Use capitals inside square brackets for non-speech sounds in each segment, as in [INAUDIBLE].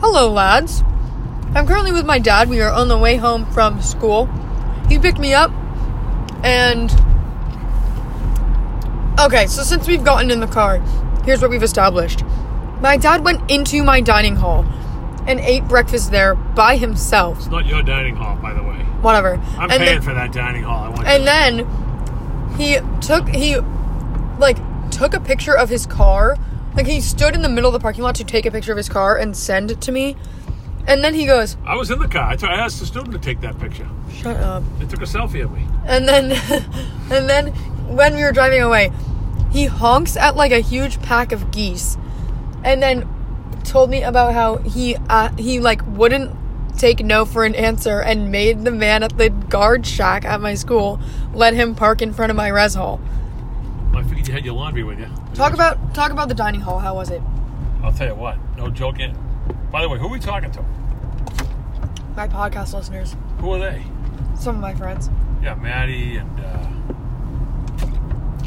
Hello, lads. I'm currently with my dad. We are on the way home from school. He picked me up, and. Okay, so since we've gotten in the car, here's what we've established. My dad went into my dining hall and ate breakfast there by himself. It's not your dining hall, by the way. Whatever. and I'm paying then, for that dining hall. I want. and then he took he like took a picture of his car. Like he stood in the middle of the parking lot to take a picture of his car and send it to me. And then he goes, I was in the car. I, t- I asked the student to take that picture. "Shut up." They took a selfie of me. And then [LAUGHS] and then when we were driving away, he honks at like a huge pack of geese. And then told me about how he uh, he like wouldn't take no for an answer and made the man at the guard shack at my school let him park in front of my res hall. I figured you had your laundry with you. Talk about talk about the dining hall. How was it? I'll tell you what. No joking. By the way, who are we talking to? My podcast listeners, Who are they? some of my friends. Yeah, Maddie and uh,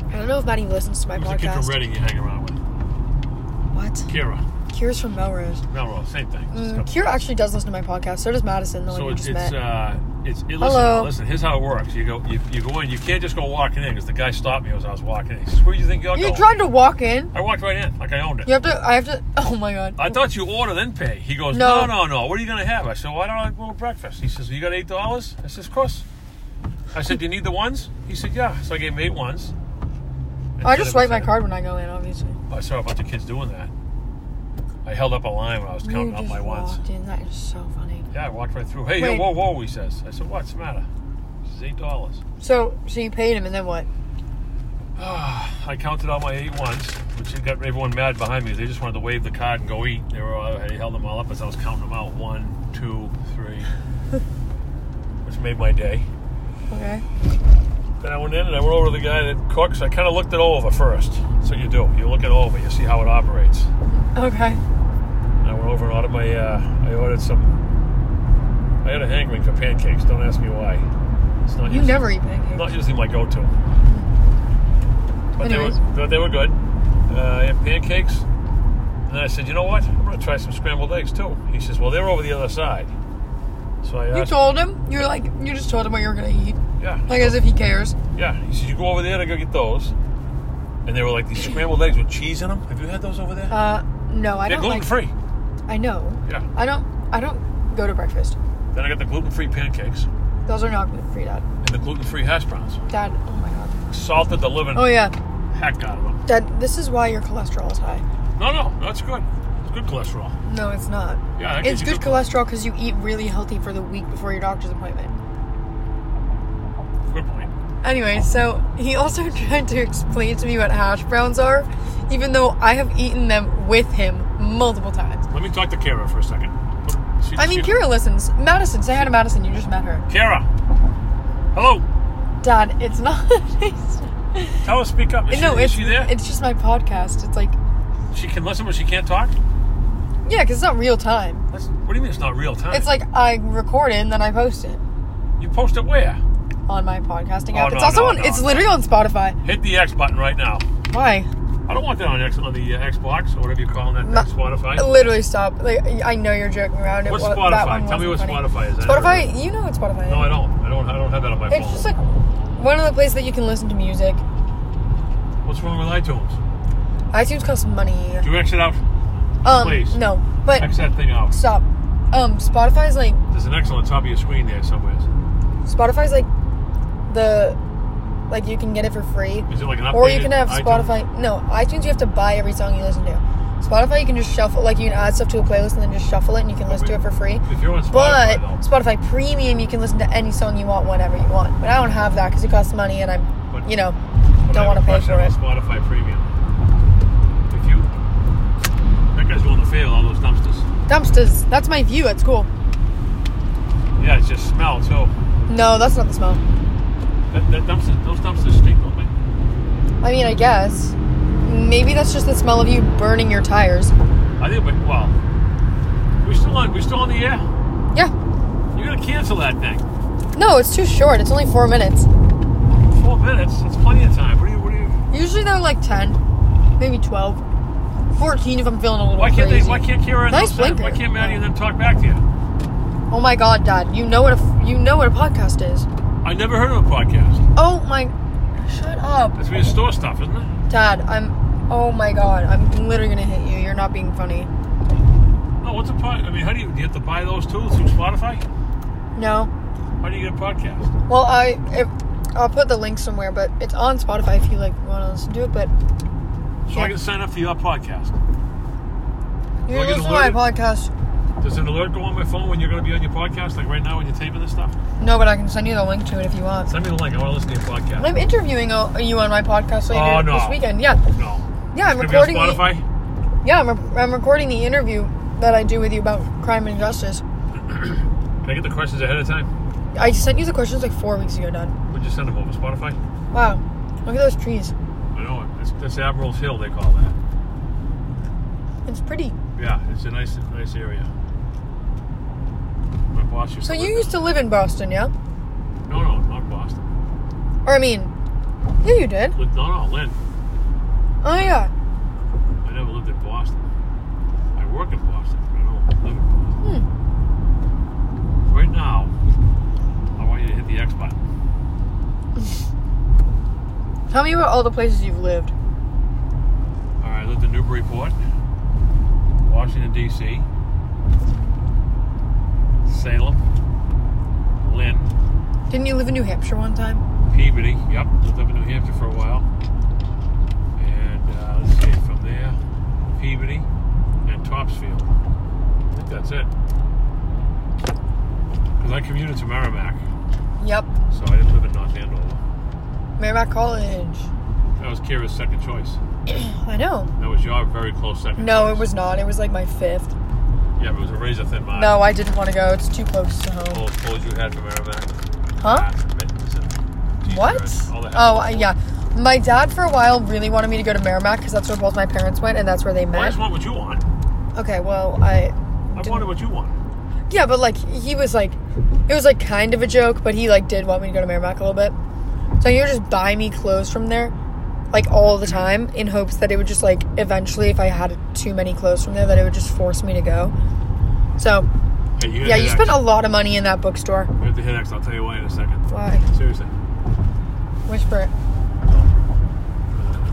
I don't know if Maddie listens to my who's the kid podcast. from Reading you hang around with? What? Kira. Kira's from Melrose. Melrose. Same thing. Just a Mm, couple- Kira actually does listen to my podcast. So does Madison, the one So you it's just it's met. uh it's it, listen Hello. listen. Here's how it works. You go you, you go in. You can't just go walking in because the guy stopped me as I was walking in. He says, "Where do you think you're you going?" tried to walk in. I walked right in like I owned it. You have to. I have to. Oh my god. I thought you order then pay. He goes, No. no, no, no. What are you gonna have? I said, why don't I go to breakfast? He says, you got eight dollars? I says, of course. I said, do you need the ones? He said, yeah. So I gave him eight ones. I just Instead swipe of- my card when I go in, obviously. I saw a bunch of kids doing that. I held up a line when I was counting you out just my ones. walked in. That is so funny. Yeah, I walked right through. Hey, hey, Wait. whoa, whoa, he says. I said, what's the matter? He says, eight dollars. So, so you paid him, and then what? Ah, I counted all my eight ones, which got everyone mad behind me. They just wanted to wave the card and go eat. They were all, I held them all up as I was counting them out. One, two, three, which made my day. Okay. Then I went in and I went over to the guy that cooks. I kind of looked it over first. That's what you do. You look it over. You see how it operates. Okay. And I went over and ordered my. Uh, I ordered some. I had a hankering for pancakes. Don't ask me why. It's not You usually- never eat not pancakes. usually my go-to. But they were, Anyways. but they were good. Uh, I had pancakes, and then I said, "You know what? I'm gonna try some scrambled eggs too." He says, "Well, they're over the other side." So I You asked, told him. You're like. You just told him what you were gonna eat, "Yeah, like as if he cares. yeah." He says, "You go over there and go get those." And they were like these scrambled eggs with cheese in them. Have you had those over there? Uh, no, I they're don't. gluten like, free. I know. Yeah. I don't. I don't go to breakfast. Then I got the gluten free pancakes Those are not gluten free, Dad. and the gluten free hash browns. Dad. Oh my god. Salted the living Oh yeah. heck out of them. Dad, this is why your cholesterol is high. No, no, that's good. It's good cholesterol. No, it's not. Yeah, that gives It's you good cholesterol because you eat really healthy for the week before your doctor's appointment. Good point. Oh. Anyway, so he also [LAUGHS] tried to explain to me what hash browns are, even though I have eaten them with him multiple times. Let me talk to Kara for a second. She- I mean, she- Kira listens. Madison, say hi to Madison. You just met her. Kara. Hello. Dad, it's not. [LAUGHS] it's, Tell her to speak up. Is, no, she, it's is she there? it's just my podcast. It's like she can listen, but she can't talk. yeah, because it's not real time. That's, what do you mean it's not real time? It's like I record it and then I post it you post it where? on my podcasting Oh, app. no, it's also no, on. no, it's no. literally on Spotify. Hit the X button right now. Why? I don't want that on X on the uh, Xbox or whatever you're calling that Ma- thing, Spotify. Literally stop. Like I know you're joking around. It What's wa- Spotify? that one Tell me wasn't what Spotify is. I never Spotify. You know what Spotify is. No, I don't. I don't. I don't have that on my It's phone. just like one of the places that you can listen to music. What's wrong with iTunes? iTunes costs money. Do you exit out? Um, please. No, but X that thing out. stop. Um, Spotify is like There's an X on the top of your screen there somewhere. Spotify is like the like you can get it for free, Is it like an updated? or you can have iTunes? Spotify. No, iTunes you have to buy every song you listen to. Spotify you can just shuffle like you can add stuff to a playlist and then just shuffle it and you can listen to it for free. If you're on Spotify, But though, Spotify Premium, you can listen to any song you want whenever you want. But I don't have that because it costs money, and I'm, But- you know, But don't I have want a to pay question for it. about Spotify Premium. If you, that guy's going to fail all those dumpsters. Dumpsters. That's my view. It's cool. Yeah, it's just smell too. No, that's not the smell. That, that dumpster, those dumpsters stink, don't they? I mean, I guess. Maybe that's just the smell of you burning your tires. I think. But well, we still on. We still on the air. Yeah. You gotta cancel that thing. No, it's too short. It's only four minutes. Four minutes. That's plenty of time. What do you? What do you? Usually they're like 10, maybe 12. 14 if I'm feeling a little Why can't crazy. they? Why can't Kira? And Nice them, say- Why blinker. can't Maddie and them talk back to you? Oh my god, Dad! You know what a f- you know what a podcast is. I never heard of a podcast. Oh my, shut up, That's where you store stuff, isn't it? Dad! I'm. Oh my god, I'm literally gonna hit you. You're not being funny. No, what's a pod? I mean, how do you, do you have to buy those tools through Spotify? No. How do you get a podcast? Well, I if, I'll put the link somewhere, but it's on Spotify if you like want to listen to it. But So I can sign up for your podcast. you Like an listen to my alert? podcast. Does an alert go on my phone when you're going to be on your podcast? Like right now when you're taping this stuff? No, but I can send you the link to it if you want. Send me the link. I want to listen to your podcast. I'm interviewing uh, you on my podcast later Oh, no. this weekend. Yeah, no. yeah, I'm It's gonna recording. Be on the- Spotify. yeah, I'm, re- I'm recording the interview that I do with you about crime and justice. Can I get the questions ahead of time? I sent you the questions like four weeks ago, Dad. Would you send them over Spotify? Wow, look at those trees. I know it. It's, that's Admiral's Hill. They call that. It's pretty. Yeah, it's a nice, nice area. My boss used So to you live used to live in Boston, yeah? there. No, no, not Boston. Or I mean, yeah, you did. Lived, no, no, Lynn. Oh yeah. I never lived in Boston. I work in Boston. but I don't live in Boston. Hmm. Right now, I want you to hit the X button. Tell me about all the places you've lived. All right, I lived in Newburyport, Washington, D.C., Salem, Lynn, Didn't you live in New Hampshire one time? Peabody. Yep, lived up in New Hampshire for a while. And uh, let's see, from there, Peabody and Topsfield. I think that's it. Because I commuted to Merrimack, Yep. so I didn't live in North Andover. Merrimack College. That was Kira's second choice. I know. That was your very close second No, choice. it was not. It was like my fifth. Yeah, but it was a razor thin margin. No, I didn't want to go. It's too close to home. All the clothes you had from Merrimack. Huh? What? Oh, I- yeah. My dad for a while really wanted me to go to Merrimack because that's where both my parents went and that's where they I met. just want what you want. Okay, well, I. I Didn't- wanted what you want. Yeah, but like he was like, it was like kind of a joke, but he like did want me to go to Merrimack a little bit. So he would just buy me clothes from there, like all the time, in hopes that it would just like eventually, if I had too many clothes from there, that it would just force me to go. So Hey, you yeah, you spent spend a lot of money in that bookstore. You have to hit X. I'll tell you why in a second. Why? Seriously. Uh, Whisper it.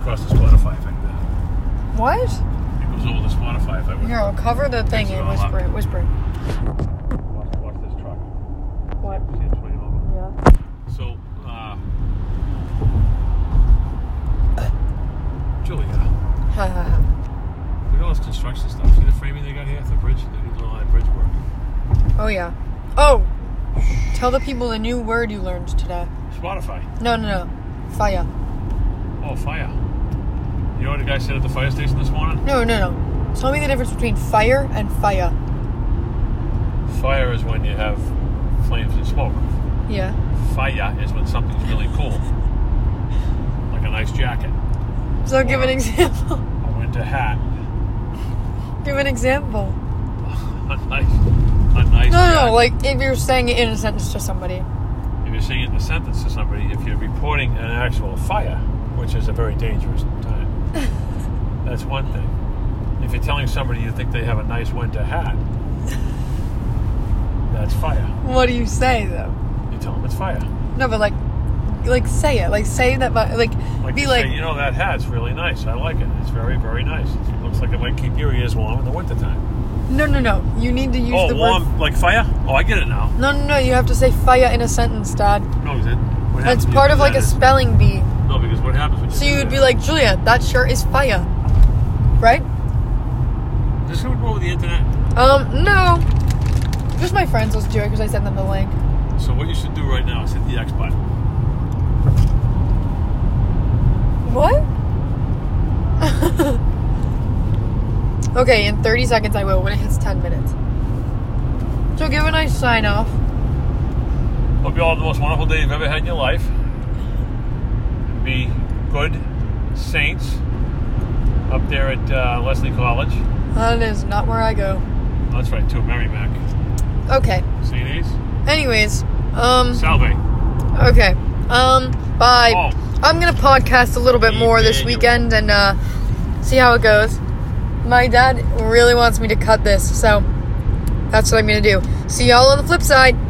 Across the Spotify thing. There. What? It goes over the Spotify if I would Here, I'll cover the thing Fix it and all up. whisper it. Whisper it. watch, watch this truck. What? See it swinging over. Yeah. So, uh, Julia, Ha ha ha. look at all this construction stuff. See the framing they got here at the bridge? They did all that uh, bridge work. Oh yeah. Oh, tell the people the new word you learned today. Spotify. No, no, no. Fire. Oh, fire. You know what the guy said at the fire station this morning? No, no, no. Tell me the difference between fire and fire. Fire is when you have flames and smoke. Yeah. Fire is when something's really cool, like a nice jacket, So give an example. [LAUGHS] a winter hat, [LAUGHS] give an example. a nice, a No, no, nice. jacket. no. Like if you're saying it in a sentence to somebody. if you're saying it in a sentence to somebody, if you're reporting an actual fire, which is a very dangerous [LAUGHS] time, that's one thing. If you're telling somebody you think they have a nice winter hat, that's fire. What do you say though? You tell them it's fire. No, but like, like say it. Like say that. By, like, Like be you like. say, you know, that hat's really nice. I like it. It's very, very nice. It looks like it might keep your ears warm in the wintertime. no, no, no. You need to use Oh, the warm word. like fire? Oh, I get it now. No, no, no. You have to say fire in a sentence, Dad. No, is it? What happens That's when you part do of like that a is- spelling bee. No, because what happens when you So do you would that- be like, Julia, that shirt is fire, right? This would go with the internet. Um, no. Just my friends will do it because I sent them the link. So what you should do right now is hit the X button. What? [LAUGHS] okay, in 30 seconds I will when it hits 10 minutes. So give a nice sign off. Hope you all have the most wonderful day you've ever had in your life. Be good saints up there at uh, Leslie College. That is not where I go. Oh, that's right, too, Merrimack. Okay. St. A's? Anyways, um, Salve. okay. Um, bye. Oh. I'm gonna podcast a little bit more this Emmanuel. weekend and uh, see how it goes. My dad really wants me to cut this, so that's what I'm gonna do. See y'all on the flip side.